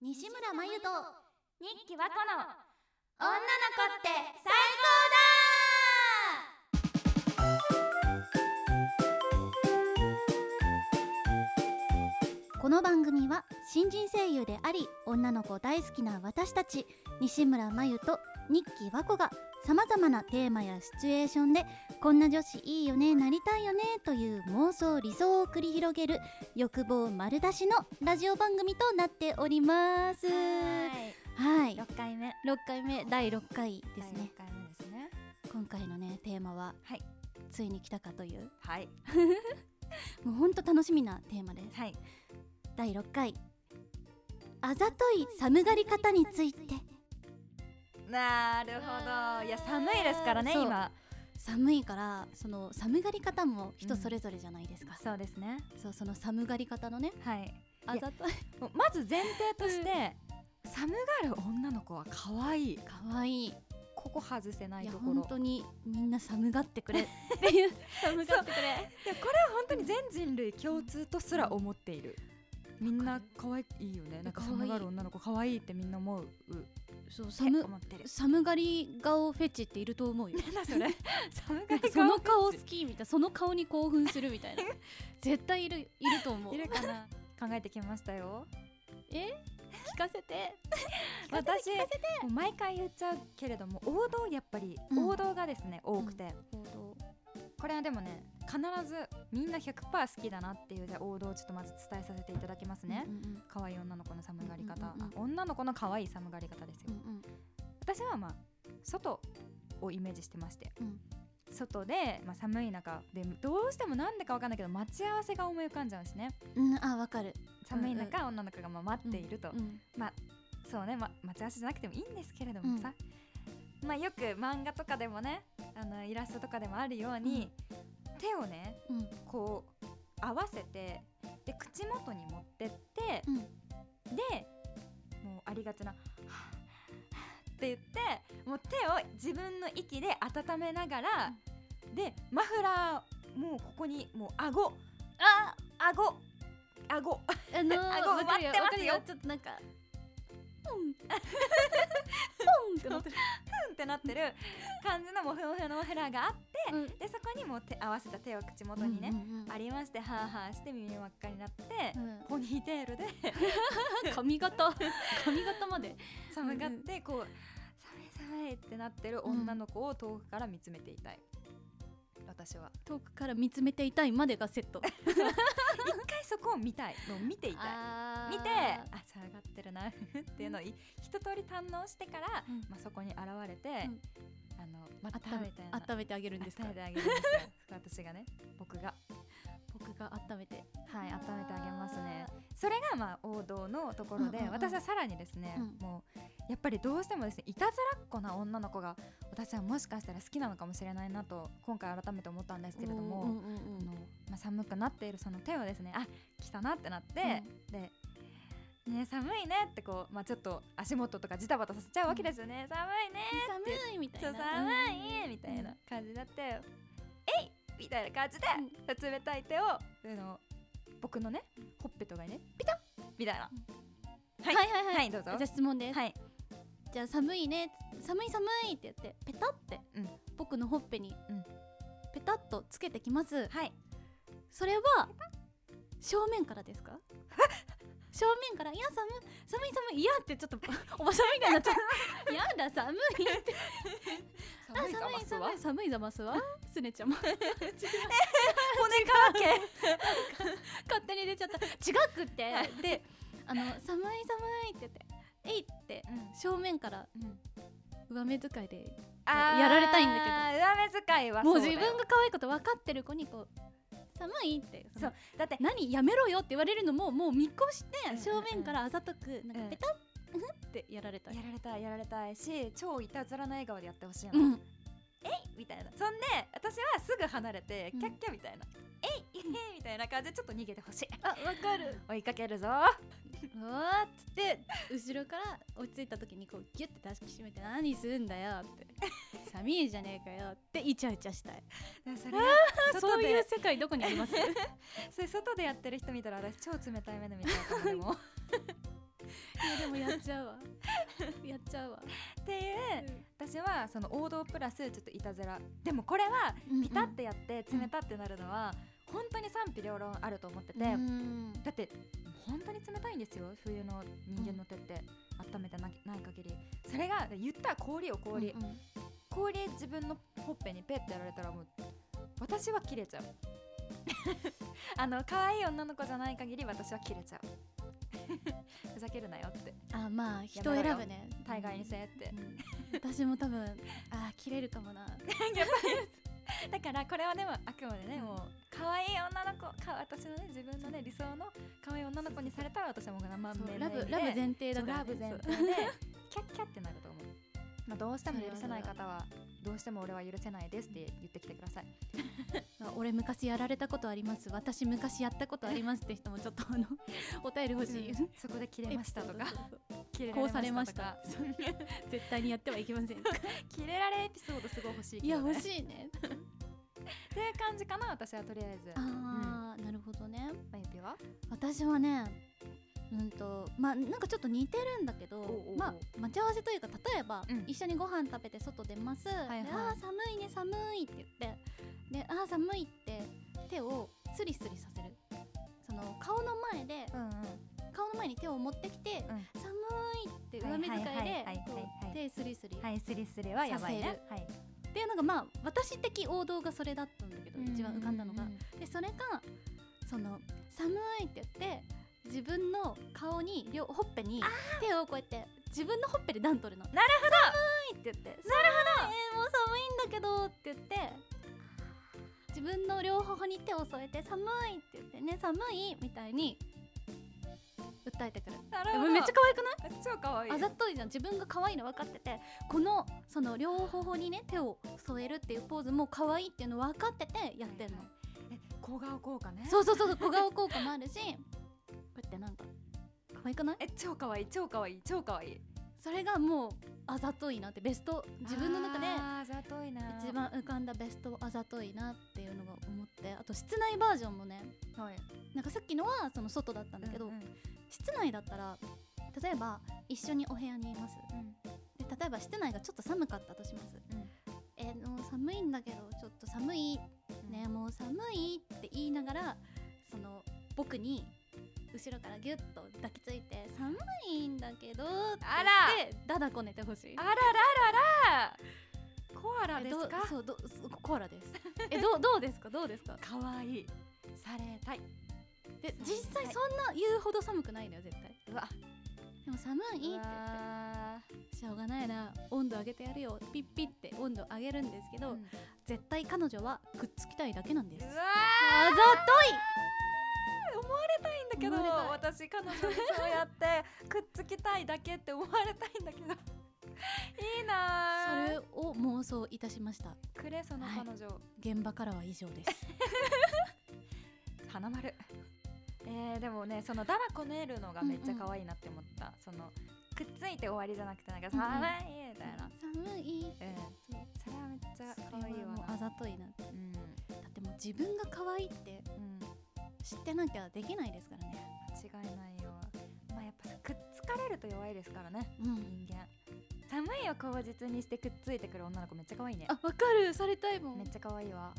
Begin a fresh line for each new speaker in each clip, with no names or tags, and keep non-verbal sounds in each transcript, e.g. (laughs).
西村真由と
日記はこの
女の子って最高だこの番組は新人声優であり女の子大好きな私たち西村真由と日記和子がさまざまなテーマやシチュエーションでこんな女子いいよねなりたいよねという妄想理想を繰り広げる欲望丸出しのラジオ番組となっております。はい、
六回目
6回目第6回ですね
第六回目ですね
今回のねテーマは、
はい
ついに来たかという
はい
もうほんと楽しみなテーマです
はい
第6回あざとい寒がり方について
なるほどいや寒いですからね
そう
今
寒いからその寒がり方も人それぞれじゃないですか、
そうですね
そうその寒がり方のね
はい
あざとい
もうまず前提として寒がる女の子は可愛い
かわいい
ここ外せない
いや
とこ
本
ろ
当にみんな寒がってく (laughs) れっていう寒がってくれ
いやこれは本当に全人類共通とすら思っている、みんな可愛いよねなんか
可愛い
寒がる女の子可愛いってみんな思う
そう
って
寒
思ってる
寒がり顔フェチっていると思う (laughs) よ
なんだそれ (laughs) 寒が
なん
り
かその顔好きみたいなその顔に興奮するみた (laughs) いな絶対いるいると思う
いるかな考えてきましたよ
え聞かせて
私もう毎回言っちゃうけれども王道やっぱり、
うん
王道がですね多くて、これはでもね必ずみんな100%好きだなっていうじゃあ王道をちょっとまず伝えさせていただきますね、
うんうん
可愛い女の子の寒がり方、
うんうんうん
あ女の子の可愛い寒がり方ですよ、
うんうん
私はまあ外をイメージしてまして、
うん
外で、まあ、寒い中でどうしてもなんでかわかんないけど待ち合わせが思い浮かんじゃうしね
うんあわかる
寒い中、女の子がまあ待っていると、
うん
そうね、ま、待ち合わせじゃなくてもいいんですけれどもさ、まあ、よく漫画とかでもねあのイラストとかでもあるように、手をね
うん
こう合わせてで口元に持ってって、
うん
でもうありがちな「はぁはぁって言ってもう手を自分の息で温めながら、でマフラーもうここにもう顎
あ
顎顎
あのー、
顎
わかる
埋まってますよ
わかるちょっとなんかポンポンってなってる
ってなってる感じのモフモフのマフラーがあって
うん
でそこにもう手合わせた手を口元にね、
うんうんうん
ありましてハーハーして耳輪っかになって、
うん
ポニーテールで (laughs)
髪型髪型まで
寒がってこう、寒い寒いってなってる女の子を遠くから見つめていたい、私は
遠くから見つめていたいまでがセット
一回そこを見たいのを見ていたい
あ
見て
ー
あ寒がってるなっていうのをい一通り堪能してから、
うん
まあ、そこに現れて、
ん
あのまた
温
み
め
たいな
温めてあげるん
(laughs)
ですか
温めてあげるんですよ私がね僕が
僕が温めて
はい、温めてあげますね。それがまあ王道のところで、
うんうんうん
私はさらにですね、
うん
もうやっぱりどうしてもですねいたずらっ子な女の子が私はもしかしたら好きなのかもしれないなと今回改めて思ったんですけれども、
うんうんうんう
あ
ん
のまあ、寒くなっているその手をですねあ来たなってなって、で。ね、寒いねってこう、まあ、ちょっと足元とかジタバタさせちゃうわけですよね、寒いね
寒いみたい
ちょ
な
っと寒いみたいな感じになって「えい!」みたいな感じで、冷たい手をあの僕のねほっぺとかにねピタッみたいな
は
はいい
はいはい、
はいどう
じ
ぞ
ゃあ質問です、
はい
じゃあ寒いね寒い寒いって言ってペタって、
うん
僕のほっぺに、
うん
ペタッとつけてきます
はい
それは正面から
(laughs)
ですか正面から「いや寒い寒い寒い」「いや」ってちょっと (laughs) おばさんみたいになっちゃう「
(laughs)
やだ寒い」って「あ寒
寒いざま
い
すわ
寒い寒いざますわ」すねち
(laughs)
ゃんも
骨か
(laughs)
け
勝手に出ちゃった違くってであの「寒い寒い」って言って「えい」って正面から上目遣いでやられたいんだけど
ど上目遣いは
もう
そ
自
だよ
分が可愛いこと分かってる子にこう寒いってそ
そ
の
うだって
何やめろよって言われるのももう見越し
うんうん
て
うん
正面からあざとくなんか
うん
ペタッうんってやられたい
やられたいやられたいし超いたずらな笑顔でやってほしいの、
うん
みたいなそんで私はすぐ離れて
うん
キャッキャみたいな「えい!」みたいな感じでちょっと逃げてほしい
あわかる
追いかけるぞ
うわーっつって後ろから追いついた時にこうギュッて抱きしめて何すんだよって寒いじゃねえかよってイチャイチャしたい
でそれ外
(laughs)
で
そう (laughs) いう世界どこにあります (laughs)
それ外でやってる人見たら私超冷たい目で見ちゃうかもでも
いやでもやっちゃうわ (laughs) やっちゃうわ、
っていう私はその王道プラスちょっといたずらでもこれは
うん
ピタッてやって冷たってなるのは本当に賛否両論あると思ってて、
うん
だって本当に冷たいんですよ冬の人間の手って、温めてなない限りそれが言ったら氷を氷、
うんうん
氷自分のほっぺにペッてやられたらもう私は切れちゃう (laughs) あの可愛い女の子じゃない限り私は切れちゃうふざけるなよって
あまあ人
やめ
選
ろよ
ぶね
大概にせえって
うん私も多分あー切れるかもな
やっぱりだからこれはでもあくまでね、
うん
もう可愛い女の子か私のね自分のね理想の可愛い女の子にされたら私はもう生
そう
面
ラブラブ前提だ
そう
から
ラ
ね
ブ全
そう
体でキャッキャってなると思う、 (laughs) まあ、どうしても許せない方はどうしても俺は許せないですって言ってきてください
あ俺昔やられたことあります私昔やったことありますって人もちょっとあ
(laughs)
のお便り欲しい、
うんそこで切れましたとか
そうそうそう
切れ
こうされまし
とか
た (laughs) 絶対にやってはいけません
切れられエピソードすごい欲しい
い
け
や
ど、ね、
欲
い
しいね
っていう感じかな私はとりあえず
あー、なるほどね
まゆぴは
私はねうんとまあなんかちょっと似てるんだけど
おうおうおう
まあ待ち合わせというか例えば、
うん
一緒にご飯食べて外出ます、
いはい
であー寒いね寒いって言ってであー寒いって手をスリスリさせるその顔の前で
うんうん
顔の前に手を持ってきて、
う
寒いって上目遣い
はいはい
で
はいはい
こ
はいう
手スリスリ、
はいスリスリはやばい
さ
ねはい
っていうのがまあ私的王道がそれだったんだけど、一番浮かんだのが、でそれがその寒いって言って自分の顔に両ほっぺに手をこうやって自分のほっぺで段取るの
なる
ほど寒いって言ってなるほどもう寒いんだけどって言って自分の両頬に手を添えて寒いって言ってね寒いみたいに訴えてくる
な
で
るほ
も
ど
めっちゃ可愛くない
超可愛い
あざといじゃん自分が可愛いの分かっててこのその両頬にね手を添えるっていうポーズも可愛いっていうの分かっててやってんの、
はいはいえ小顔効果ね
そううそうそう小顔効果もあるしこうやってなんか可愛くない
え超可愛い超可愛い超可愛い
それがもうあざといなってベスト自分の中で
あーあざといな
一番浮かんだベストあざといなっていうのが思ってあと室内バージョンもね
はい
なんかさっきのはその外だったんだけど、
うんうん
室内だったら例えば一緒にお部屋にいます
うん
で例えば室内がちょっと寒かったとします、
うん
えーもう寒いんだけどちょっと寒いねもう寒いって言いながらその僕に後ろからギュッと抱きついて寒いんだけどって
あら
言ってダダこねてほしい
あららららコアラ
え
です
どう
か
そうどそうコアラです (laughs) えどうどうですかどうですか
可愛いされたい
で
寒い
実際そんな言うほど寒くないのよ絶対
うわ
でも寒いって言っ
わ
てしょうがないな温度上げてやるよピッピッて温度上げるんですけ
ー
ど、
うん
絶対彼女はくっつきたいだけなんです
うわ
あざ
ー思われたいんだけど
思われ
私彼女にそうやってくっつきたいだけって思われたいんだけどいい
と
な
いそれ
ー
を妄想いたしました
くれその彼女、
現場からは以上です
花丸えー、でもねそのだらこねるのがめっちゃ可愛いなって思った、そのくっついて終わりじゃなくてなんか「
うんうん
寒い」みたいな、
寒い
えーそれはめっちゃ可愛い
それは
わ
もうあ
な
ざといなだ
うん、
ってもう自分が可愛いって
うん、
知ってなきゃできないですからね
間違いないよまあやっぱさくっつかれると弱いですからね
うん
人間寒いを口実にしてくっついてくる女の子めっちゃ可愛いね
あわかるされたいもん
めっちゃ可愛いわ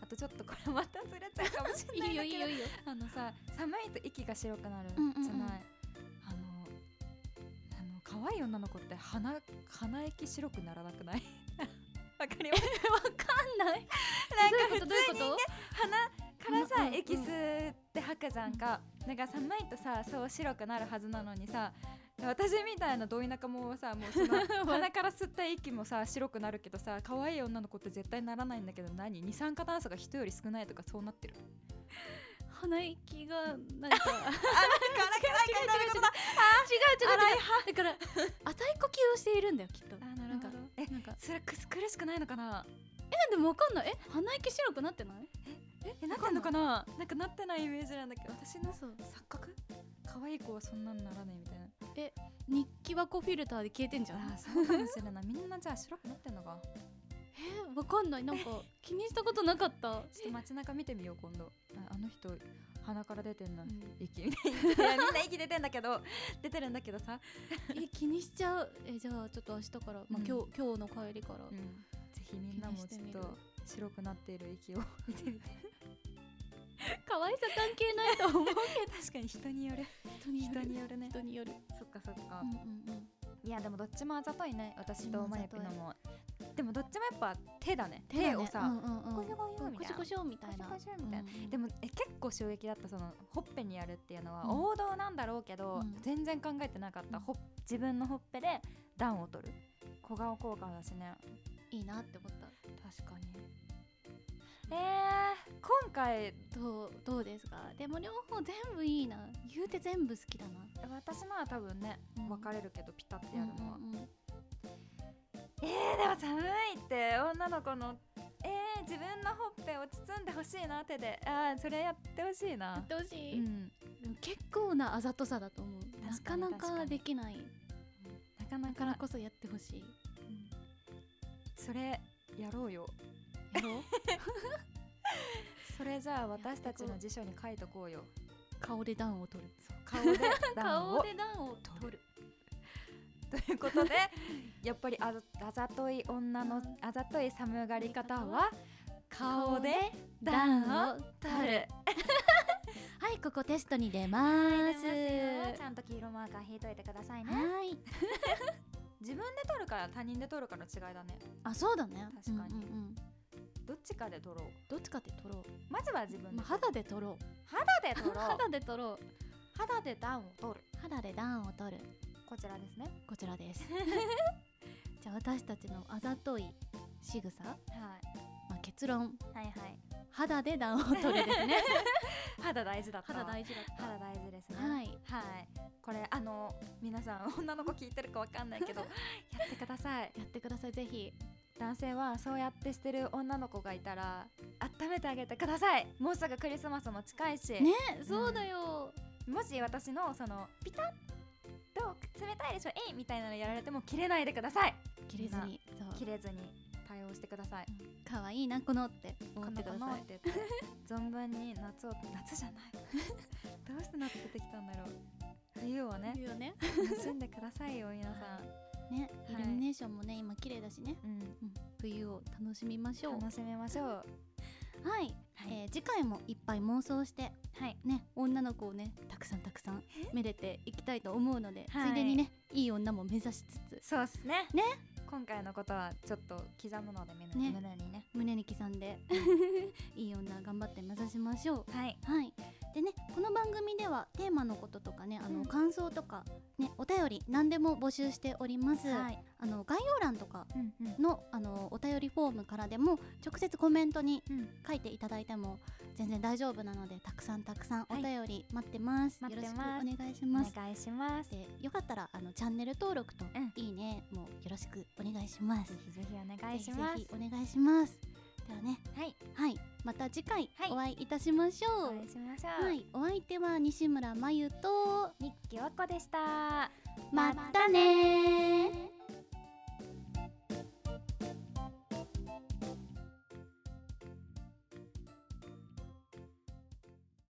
あとちょっとこれまたずれちゃうかもしれない
い
ん
いよ
だけど
いいよいいよ
あのさ寒いと息が白くなるじ
うんうんうん
ゃない、あのあの可愛い女の子って鼻鼻息白くならなくない (laughs) わかります
わかんない
なんか
どういうこ
普通
と
に
どういうこと
鼻から
うん
さ
うんうん
エキスって吐くじゃんか、なんか寒いとさそう白くなるはずなのにさ私みたいなど田舎もさもうそ
(laughs)
の鼻から吸った息もさ白くなるけどさ可愛い女の子って絶対ならないんだけど何二酸化炭素が人より少ないとかそう
(laughs)
なってる
鼻息がなんか
なんかなんかなることだ
違う違う
荒い
違 (laughs) うだから浅い呼吸をしているんだよきっと
あなるほど
なんか
え
なんか
それくす苦しくないのかな
えでもわかんないえ鼻息白くなってない
えなってんのかななんかなってないイメージなんだけど私の錯
嘘
覚可愛い子はそんなんならないみたいな
日記箱フィルターで消えてんじゃん
(laughs) あーそうかもしれないみんなじゃあ白くなってんの (laughs) か (laughs)
えわかんないなんか気にしたことなかった
ちょっと街中見てみよう今度ああの人鼻から出てんな
うん
息い (laughs) やみんな息出てんだけど出てるんだけどさ、
え気にしちゃうえじゃあちょっと明日から、まあ
う
今
ん
日今日の帰りから、
ぜひみんなもちょっ
気にしてみる
と白くなっている息を見てみて
可愛さ関係ないと思う
確かに人による
人に
(laughs) 人によるね
人による、
そっかそっか、
うんうんうん、
いやでもどっちもあざといね私
どっちも
と
あ
ま
ざ
ゆ
と
ぴ
い
のもでもどっちもやっぱ手だね手
手
をさ、
うんうんう
こうんいうこういう
こ
みたい
し
な
こしょみたいな
こしこしょみたいな、
うんうん
でもえ結構衝撃だったそのほっぺにやるっていうのは
うん
王道なんだろうけど、
うん
全然考えてなかった、
うん
ほっ自分のほっぺで暖を取る小顔効果だしね
いいなって思った
確かにえー、今回
どうどうですかでも両方全部いいな言うて全部好きだな
私のは多分ね
うん
分かれるけどピタってやるのは、
うんうんうん
えー、でも寒いって女の子のえー、自分のほっぺを包んでほしいな手であーそれやってほしい
や
な
ってほし
う
い、
ん
でも結構なあざとさだと思うな
確
か
かに
な
確
か
かに
できない
なかな
だか
から
こそやってほしい
うんそれやろうよ
やろう
(laughs) それじゃあ私たちの辞書に書いとこうよ
顔で段を取る
(laughs) 顔で暖を
顔で段を取る
という (laughs) ことでやっぱりあざあざとい女のあざとい寒がり方は顔で暖を取る
はいここテストに出ます
ちゃんと黄色マーカー引いといてくださいね
はい
自分で取るから他人で取るかの違いだね
あそうだね
確かに
うんうんうん
どっちかで取ろう
どっちかで取ろう、
まずは自分
まあ、
で
肌で取ろう
肌で取ろ
(laughs)
う
肌で取ろう
肌で暖を取る
肌で段を取る
こちらですね
こちら (laughs) ですじゃあ私たちのあざとい仕草、ま
はい
あ、結論
はいはい
肌で段を取るですね
肌大事だった
(laughs) 肌大事だった
肌大事ですね
はい
はいこれあの皆さん女の子聞いてるかわかんないけど (laughs) やってください
やってくださいぜひ
男性はそうやってしてる女の子がいたら温めてあげてくださいもうすぐクリスマスも近いし、
ねそうだよ、
もし私のそのピタッと冷たいでしょえいみたいなのやられても切れないでください
切れずにそう
切れずに対応してください
うん可愛いなこのって思ってくだ
この
さ
子の
い
って言って存分に夏を夏 (laughs) じゃないどうして夏出てきたんだろう冬をね (laughs)
いいよね
楽しんでくださいよ皆さん
ねイ
はい
ルミネーションもね今綺麗だしね、
うん
うん、冬を楽しみましょう
楽しみましょう
はい、えー次回もいっぱい妄想して
はい
ね女の子をねたくさんたくさんめでていきたいと思うので、
は
つ
い
いでにねいい女も目指しつつ
そうっすね
ね
今回のことはちょっと刻むのでみんな、
ね
胸にね
胸に刻ん
(laughs)
でいい女頑張って目指しましょ
はい、
うはいでねこの番組ではテーマのこととかねあの、
うん
感想とかねお便り何でも募集しております、
はい
あの概要欄とか
うんうん
のあのお便りフォームからでも直接コメントに
うん
書いていただいても全然大丈夫なのでたくさんたくさんお
はい
便り待ってます、
待
よ
っ
ろしく
てます
お願いし
お
ます
願いしますぜ
でよかったらあのチャンネル登録と
うん
いいね、もうよろしくお願いします。
ひぜひお願いします
ぜひぜひお願いします。ではね、
はい
はい、また次回
はい
お会いいたしましょ
お
う。
会いしましょう、
はい、お相手は西村まゆと
日記わこでした
またねー